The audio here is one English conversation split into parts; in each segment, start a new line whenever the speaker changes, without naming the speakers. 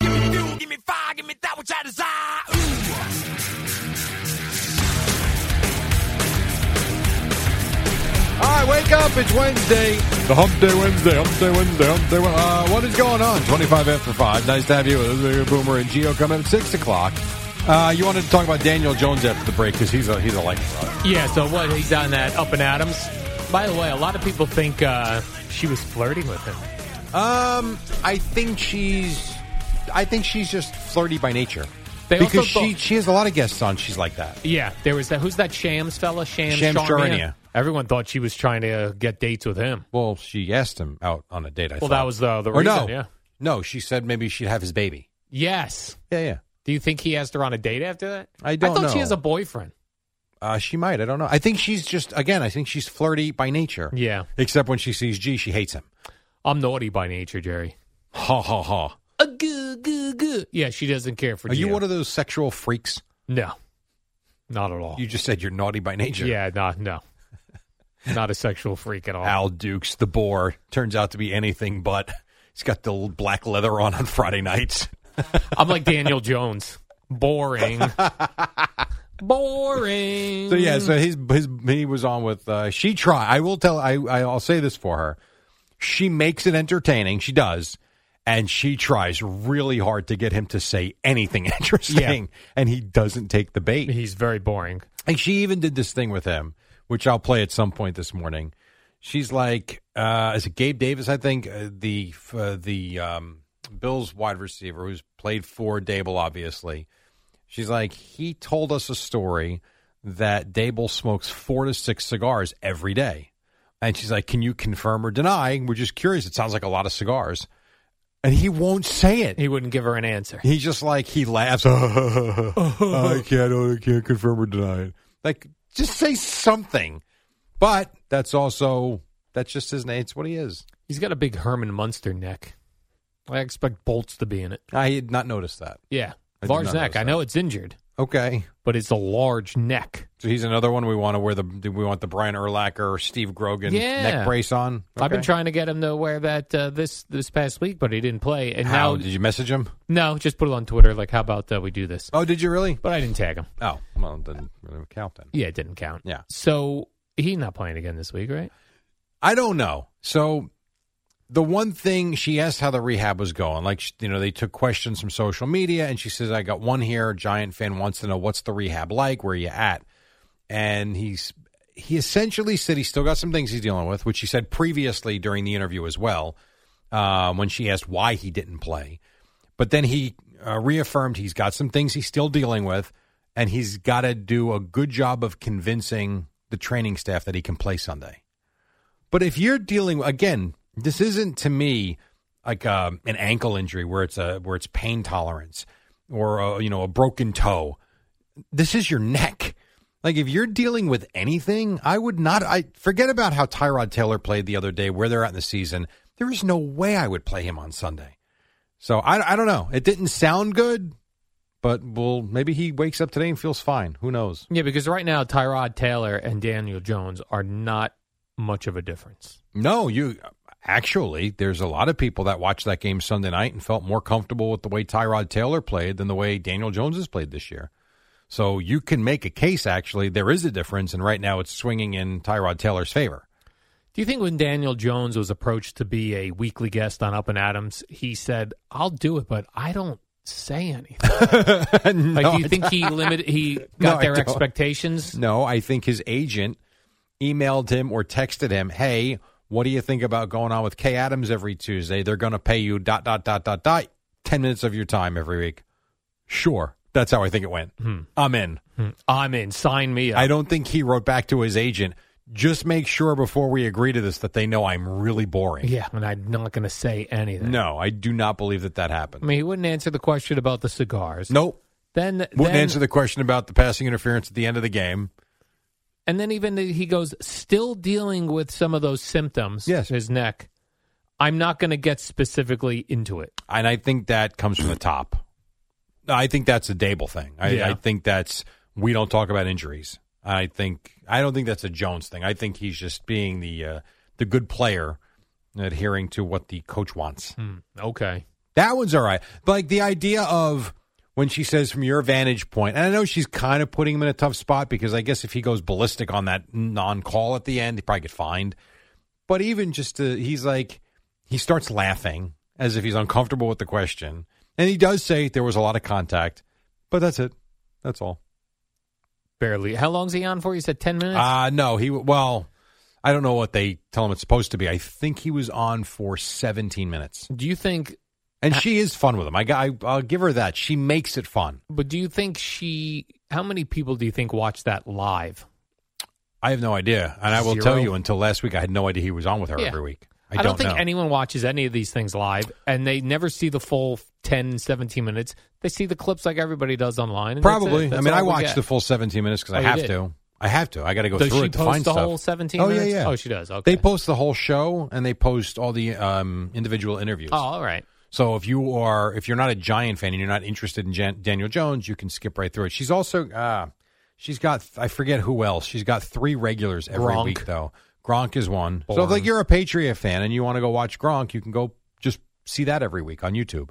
Give me new, give me fire, give me that which I desire.
All right, wake up. It's Wednesday. The hump day Wednesday, hump day Wednesday, hump day Wednesday. Uh, what is going on? 25 after 5. Nice to have you. This is Boomer and Geo coming at 6 o'clock. Uh, you wanted to talk about Daniel Jones after the break because he's a, he's a lightning rod.
Yeah, so what? He's on that Up and Adams. By the way, a lot of people think uh, she was flirting with him.
Um, I think she's... I think she's just flirty by nature.
They also
because she,
both-
she has a lot of guests on. She's like that.
Yeah, there was that. Who's that Shams fella? Shams,
Shams
Charania.
Charania.
Everyone thought she was trying to uh, get dates with him.
Well, she asked him out on a date, I
Well,
thought.
that was the- the
or no.
reason, yeah.
No, she said maybe she'd have his baby.
Yes.
Yeah, yeah.
Do you think he asked her on a date after that?
I don't
I thought she
know.
has a boyfriend.
Uh, she might. I don't know. I think she's just again. I think she's flirty by nature.
Yeah,
Except when she sees G, she hates him.
I'm naughty by nature, Jerry.
Ha ha ha.
A goo goo goo. Yeah, she doesn't care for.
Are you
Gio.
one of those sexual freaks?
No, not at all.
You just said you're naughty by nature.
Yeah, not no, not a sexual freak at all.
Al Dukes, the boar, turns out to be anything but. He's got the l- black leather on on Friday nights.
I'm like Daniel Jones. Boring. Boring.
So yeah, so his his he was on with uh, she try. I will tell. I I'll say this for her. She makes it entertaining. She does, and she tries really hard to get him to say anything interesting, and he doesn't take the bait.
he's very boring.
And she even did this thing with him, which I'll play at some point this morning. She's like, uh, is it Gabe Davis? I think uh, the uh, the um, Bills wide receiver who's played for Dable, obviously. She's like, he told us a story that Dable smokes four to six cigars every day, and she's like, can you confirm or deny? We're just curious. It sounds like a lot of cigars, and he won't say it.
He wouldn't give her an answer.
He just like he laughs. I can't, I can't confirm or deny it. Like, just say something. But that's also that's just his name. It's what he is.
He's got a big Herman Munster neck. I expect Bolts to be in it.
I had not noticed that.
Yeah.
I did
large
not
neck.
notice
I know it's injured,
Okay,
but it's a large neck.
so he's another one we want to wear the we want the Brian Urlacher or Steve Grogan
Yeah.
neck brace on.
I've been
Okay.
trying to get him to wear that uh, this this past week, but he didn't play. And
How
now,
did you message him?
no, just put it on Twitter. Like, how about uh, we do this?
Oh, did you really?
But I didn't tag him.
Oh, well, then really count then.
Yeah, it didn't count.
Yeah.
So he's not playing again this week, right?
I don't know. So the one thing she asked how the rehab was going, like sh- you know, they took questions from social media, and she says, "I got one here. A Giant fan wants to know what's the rehab like. Where you at?" And he's he essentially said he's still got some things he's dealing with, which he said previously during the interview as well, uh, when she asked why he didn't play. But then he uh, reaffirmed he's got some things he's still dealing with, and he's got to do a good job of convincing the training staff that he can play Sunday. But if you're dealing again, this isn't to me like um, an ankle injury where it's a where it's pain tolerance or a, you know a broken toe. This is your neck. Like if you're dealing with anything, I would not. I forget about how Tyrod Taylor played the other day, where they're at in the season. There is no way I would play him on Sunday. So I, I don't know. It didn't sound good, but well, maybe he wakes up today and feels fine. Who knows?
Yeah, because right now Tyrod Taylor and Daniel Jones are not much of a difference.
No, you actually, there's a lot of people that watched that game Sunday night and felt more comfortable with the way Tyrod Taylor played than the way Daniel Jones has played this year. So you can make a case, actually, there is a difference, and right now it's swinging in Tyrod Taylor's favor.
Do you think when Daniel Jones was approached to be a weekly guest on Up and Adams, he said, "I'll do it, but I don't say anything." Like, do you think he limited? He
No,
got
I
their
don't.
expectations.
No, I think his agent emailed him or texted him, "Hey, what do you think about going on with Kay Adams every Tuesday? They're going to pay you dot dot dot dot dot ten minutes of your time every week." Sure, that's how I think it went. I'm in.
I'm in. Sign me up.
Mm-hmm. I don't think he wrote back to his agent. Just make sure before we agree to this that they know I'm really boring.
yeah, and I'm not going to say anything.
No, I do not believe that that
I
happened.
mean, he wouldn't answer the question about the cigars.
Nope.
Then
Wouldn't
Mm. then-
answer the question about the passing interference at the end of the game.
And then even the- he goes, still dealing with some of those symptoms.
Yes.
His neck. I'm not going to get specifically into it.
And I think that comes from the top. I think that's a Dable thing. I,
Yeah.
I think that's we don't talk about injuries. I think I don't think that's a Jones thing. I think he's just being the uh, the good player, adhering to what the coach wants.
Okay.
That one's all right. But like the idea of when she says from your vantage point, and I know she's kind of putting him in a tough spot because I guess if he goes ballistic on that non call at the end, he probably get fined. But even just to, he's like, he starts laughing as if he's uncomfortable with the question. And he does say there was a lot of contact, but that's it. That's all.
Barely. How long's he on for? You said 10 minutes?
Uh, no, he, well, I don't know what they tell him it's supposed to be. I think he was on for 17 minutes.
do you think,
And she is fun with him. I, I, I'll give her that. She makes it fun.
but do you think she, how many people do you think watch that live?
I have no idea, and I will
Zero.
tell you. Until last week, I had no idea he was on with her
Yeah.
every week. I,
I, don't, think
know.
anyone watches any of these things live, and they never see the full 10, 17 minutes. They see the clips like everybody does online. and that's it.
Probably. I
That's
mean,
all
I
we
watched
get.
the full 17 minutes because
Oh,
I
you
have
did?
to. I have to. I got to go
Does
through
she
it to
post
find
the
stuff.
whole 17
oh,
minutes?
Yeah, yeah.
Oh, she does. Okay.
They post the whole show and they post all the um, individual interviews.
Oh, all right.
So if you are if you're not a Giant fan and you're not interested in Jan- Daniel Jones, you can skip right through it. She's also uh, she's got I forget who else. She's got three regulars every
Gronk.
week though. Gronk is one. So if
Bourne.
like you're a Patriot fan and you want to go watch Gronk, you can go just see that every week on YouTube.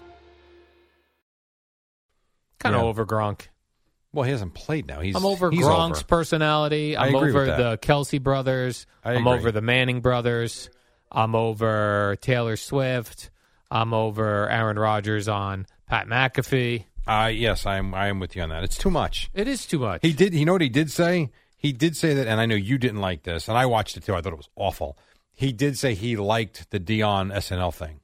Kind of
Yeah.
over Gronk.
Well, he hasn't played now. He's
I'm over
he's
Gronk's
over.
personality.
I
I'm
agree
over
with that.
the Kelsey brothers.
I
am
agree.
over the Manning brothers. I'm over Taylor Swift. I'm over Aaron Rodgers on Pat McAfee.
Uh, yes, I am. I am with you on that. It's too much.
It is too much.
He did. You know what he did say? He did say that, and I know you didn't like this, and I watched it too. I thought it was awful. He did say he liked the Dion SNL thing,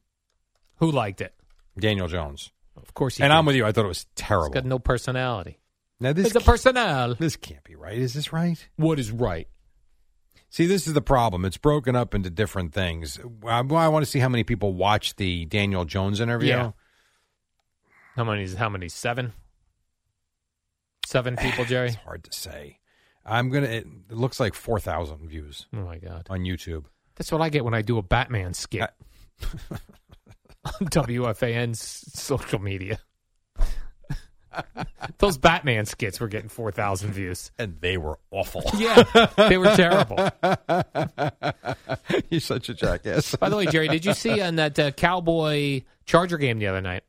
Who liked it?
Daniel Jones,
Of course he
and
did.
I'm with you. I thought it was
He's
terrible.
got no personality.
now this
It's a
can't-
personnel.
this can't be right. Is this right?
What is right?
See, this is the problem. It's broken up into different things. I, I want to see how many people watch the Daniel Jones interview.
Yeah. How many is how many? Seven? Seven people, Jerry?
It's hard to say. I'm gonna. It, it looks like four thousand views
Oh my god.
on YouTube.
That's what I get when I do a Batman skit
I-
on WFAN's social media. Those Batman skits were getting 4,000 views.
and they were awful.
Yeah, they were terrible.
You're such a jackass.
By the way, Jerry, did you see on that uh, Cowboy Charger game the other night?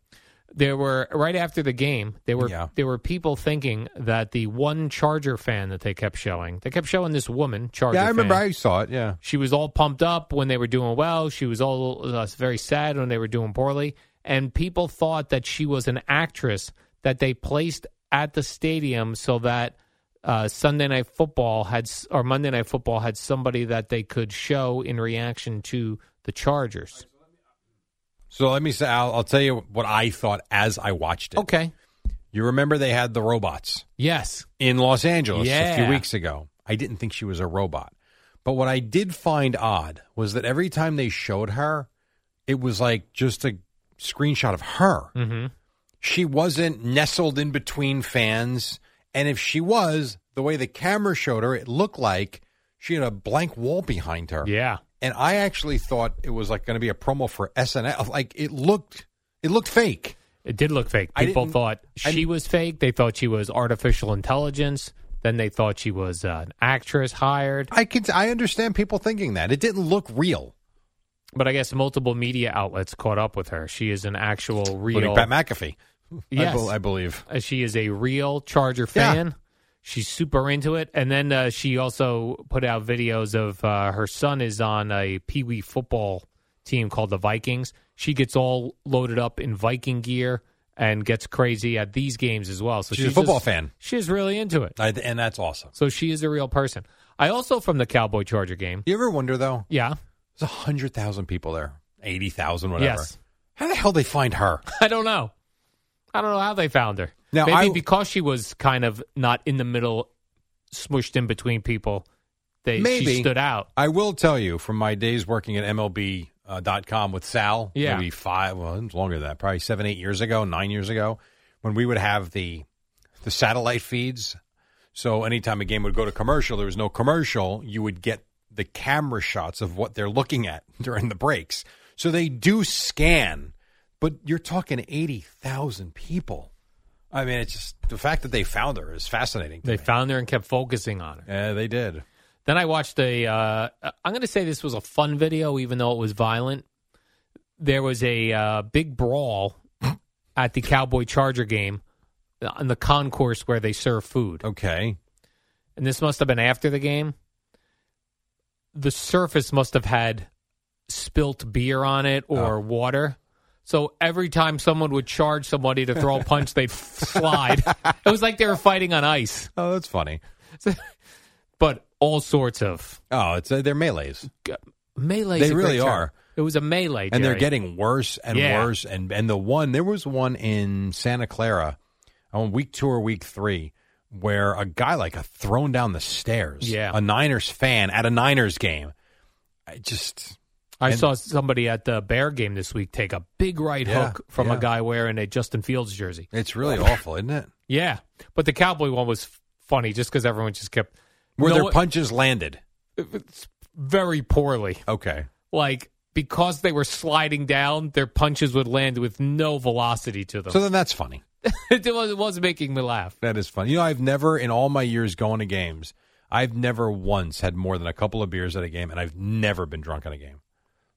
There were right after the game, there were
Yeah.
there were people thinking that the one Charger fan that they kept showing, they kept showing this woman Charger.
yeah, I remember
fan.
I saw it. Yeah,
She was all pumped up when they were doing well. She was all uh, very sad when they were doing poorly. And people thought that she was an actress that they placed at the stadium so that uh, Sunday Night Football had s- or Monday Night Football had somebody that they could show in reaction to the Chargers.
so let me say, I'll, I'll tell you what I thought as I watched it.
Okay.
You remember they had the robots
Yes.
in Los Angeles a few
Yeah.
weeks ago. I didn't think she was a robot, but what I did find odd was that every time they showed her, it was like just a screenshot of her.
Mm-hmm.
she wasn't nestled in between fans. And if she was, the way the camera showed her, it looked like she had a blank wall behind her.
Yeah.
And I actually thought it was like going to be a promo for SNL. Like it looked, it looked fake.
It did look fake.
I
People
didn't-
thought
I
she
didn't-
was fake. They thought she was artificial intelligence. Then they thought she was uh, an actress hired.
I can, I understand people thinking that it didn't look real.
But I guess multiple media outlets caught up with her. She is an actual real.
Including Pat McAfee. I,
Yes.
bel- I believe.
Uh, she is a real Charger
Yeah.
fan. She's super into it. And then uh, she also put out videos of uh, her son is on a Pee Wee football team called the Vikings. She gets all loaded up in Viking gear and gets crazy at these games as well. So
She's a football
just-
fan.
She's really into it.
I, and that's awesome.
So she is a real person. I also from the Cowboy Charger game.
You ever wonder though?
Yeah.
There's hundred thousand people there, eighty thousand, whatever.
Yes.
How the hell they find her?
I don't know. I don't know how they found her.
Now,
Maybe
I-
because she was kind of not in the middle, smushed in between people, they
Maybe.
she stood out.
I will tell you from my days working at MLB. Uh, dot com with Sal,
Yeah.
maybe five, well, it was longer than that, probably seven, eight years ago, nine years ago, when we would have the the satellite feeds. So anytime a game would go to commercial, there was no commercial. You would get the camera shots of what they're looking at during the breaks. So they do scan, but you're talking eighty thousand people. I mean, it's just the fact that they found her is fascinating. to
They
me.
found her and kept focusing on her.
Yeah, they did.
Then I watched a. Uh, I'm going to say this was a fun video, even though it was violent. There was a uh, big brawl at the Cowboy Charger game on the concourse where they serve food.
Okay.
and this must have been after the game. The surface must have had spilt beer on it or
Oh.
water. So every time someone would charge somebody to throw a punch, they'd slide. It was like they were fighting on ice,
Oh, that's funny.
but all sorts of
Oh, it's uh, they're melees,
melee.
They really are.
It was a melee,
and they're
Jerry.
getting worse and
Yeah.
worse. And and the one there was one in Santa Clara on week two or week three where a guy like got thrown down the stairs.
Yeah.
a Niners fan at a Niners game. I just
I
and-
saw somebody at the Bear game this week take a big right
Yeah,
hook from
yeah.
a guy wearing a Justin Fields jersey.
it's really awful, isn't it?
Yeah, but the cowboy one was f- funny just because everyone just kept
Where
No
their
one-
punches landed.
very poorly.
Okay,
like because they were sliding down, their punches would land with no velocity to them.
so then that's funny.
it, was, it was making me laugh.
That is funny. You know, I've never in all my years going to games, I've never once had more than a couple of beers at a game, and I've never been drunk at a game.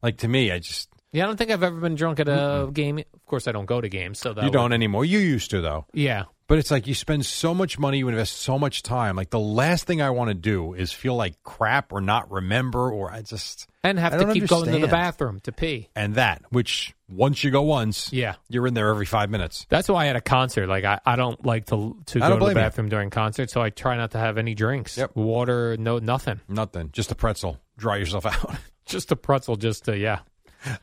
Like to me, I just
Yeah, I don't think I've ever been drunk at a game. Of course, I don't go to games, so that
you
would-
don't anymore. You used to though.
yeah,
But it's like you spend so much money, you invest so much time. Like the last thing I want to do is feel like crap or not remember or I just
and have
I
to
don't
keep going to the
understand.
bathroom to pee.
and that, which once you go once,
Yeah.
you're in there every five minutes.
That's why at a concert, like I, I don't like to to
I don't
go to the
blame you.
bathroom during concerts, so I try not to have any drinks,
Yep.
water, no nothing,
Nothing, just a pretzel. Dry yourself out.
just a pretzel, just to yeah.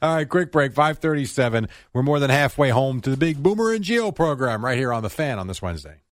All right, quick break. Five thirty-seven. We're more than halfway home to the big Boomer and Geo program right here on the Fan on this Wednesday.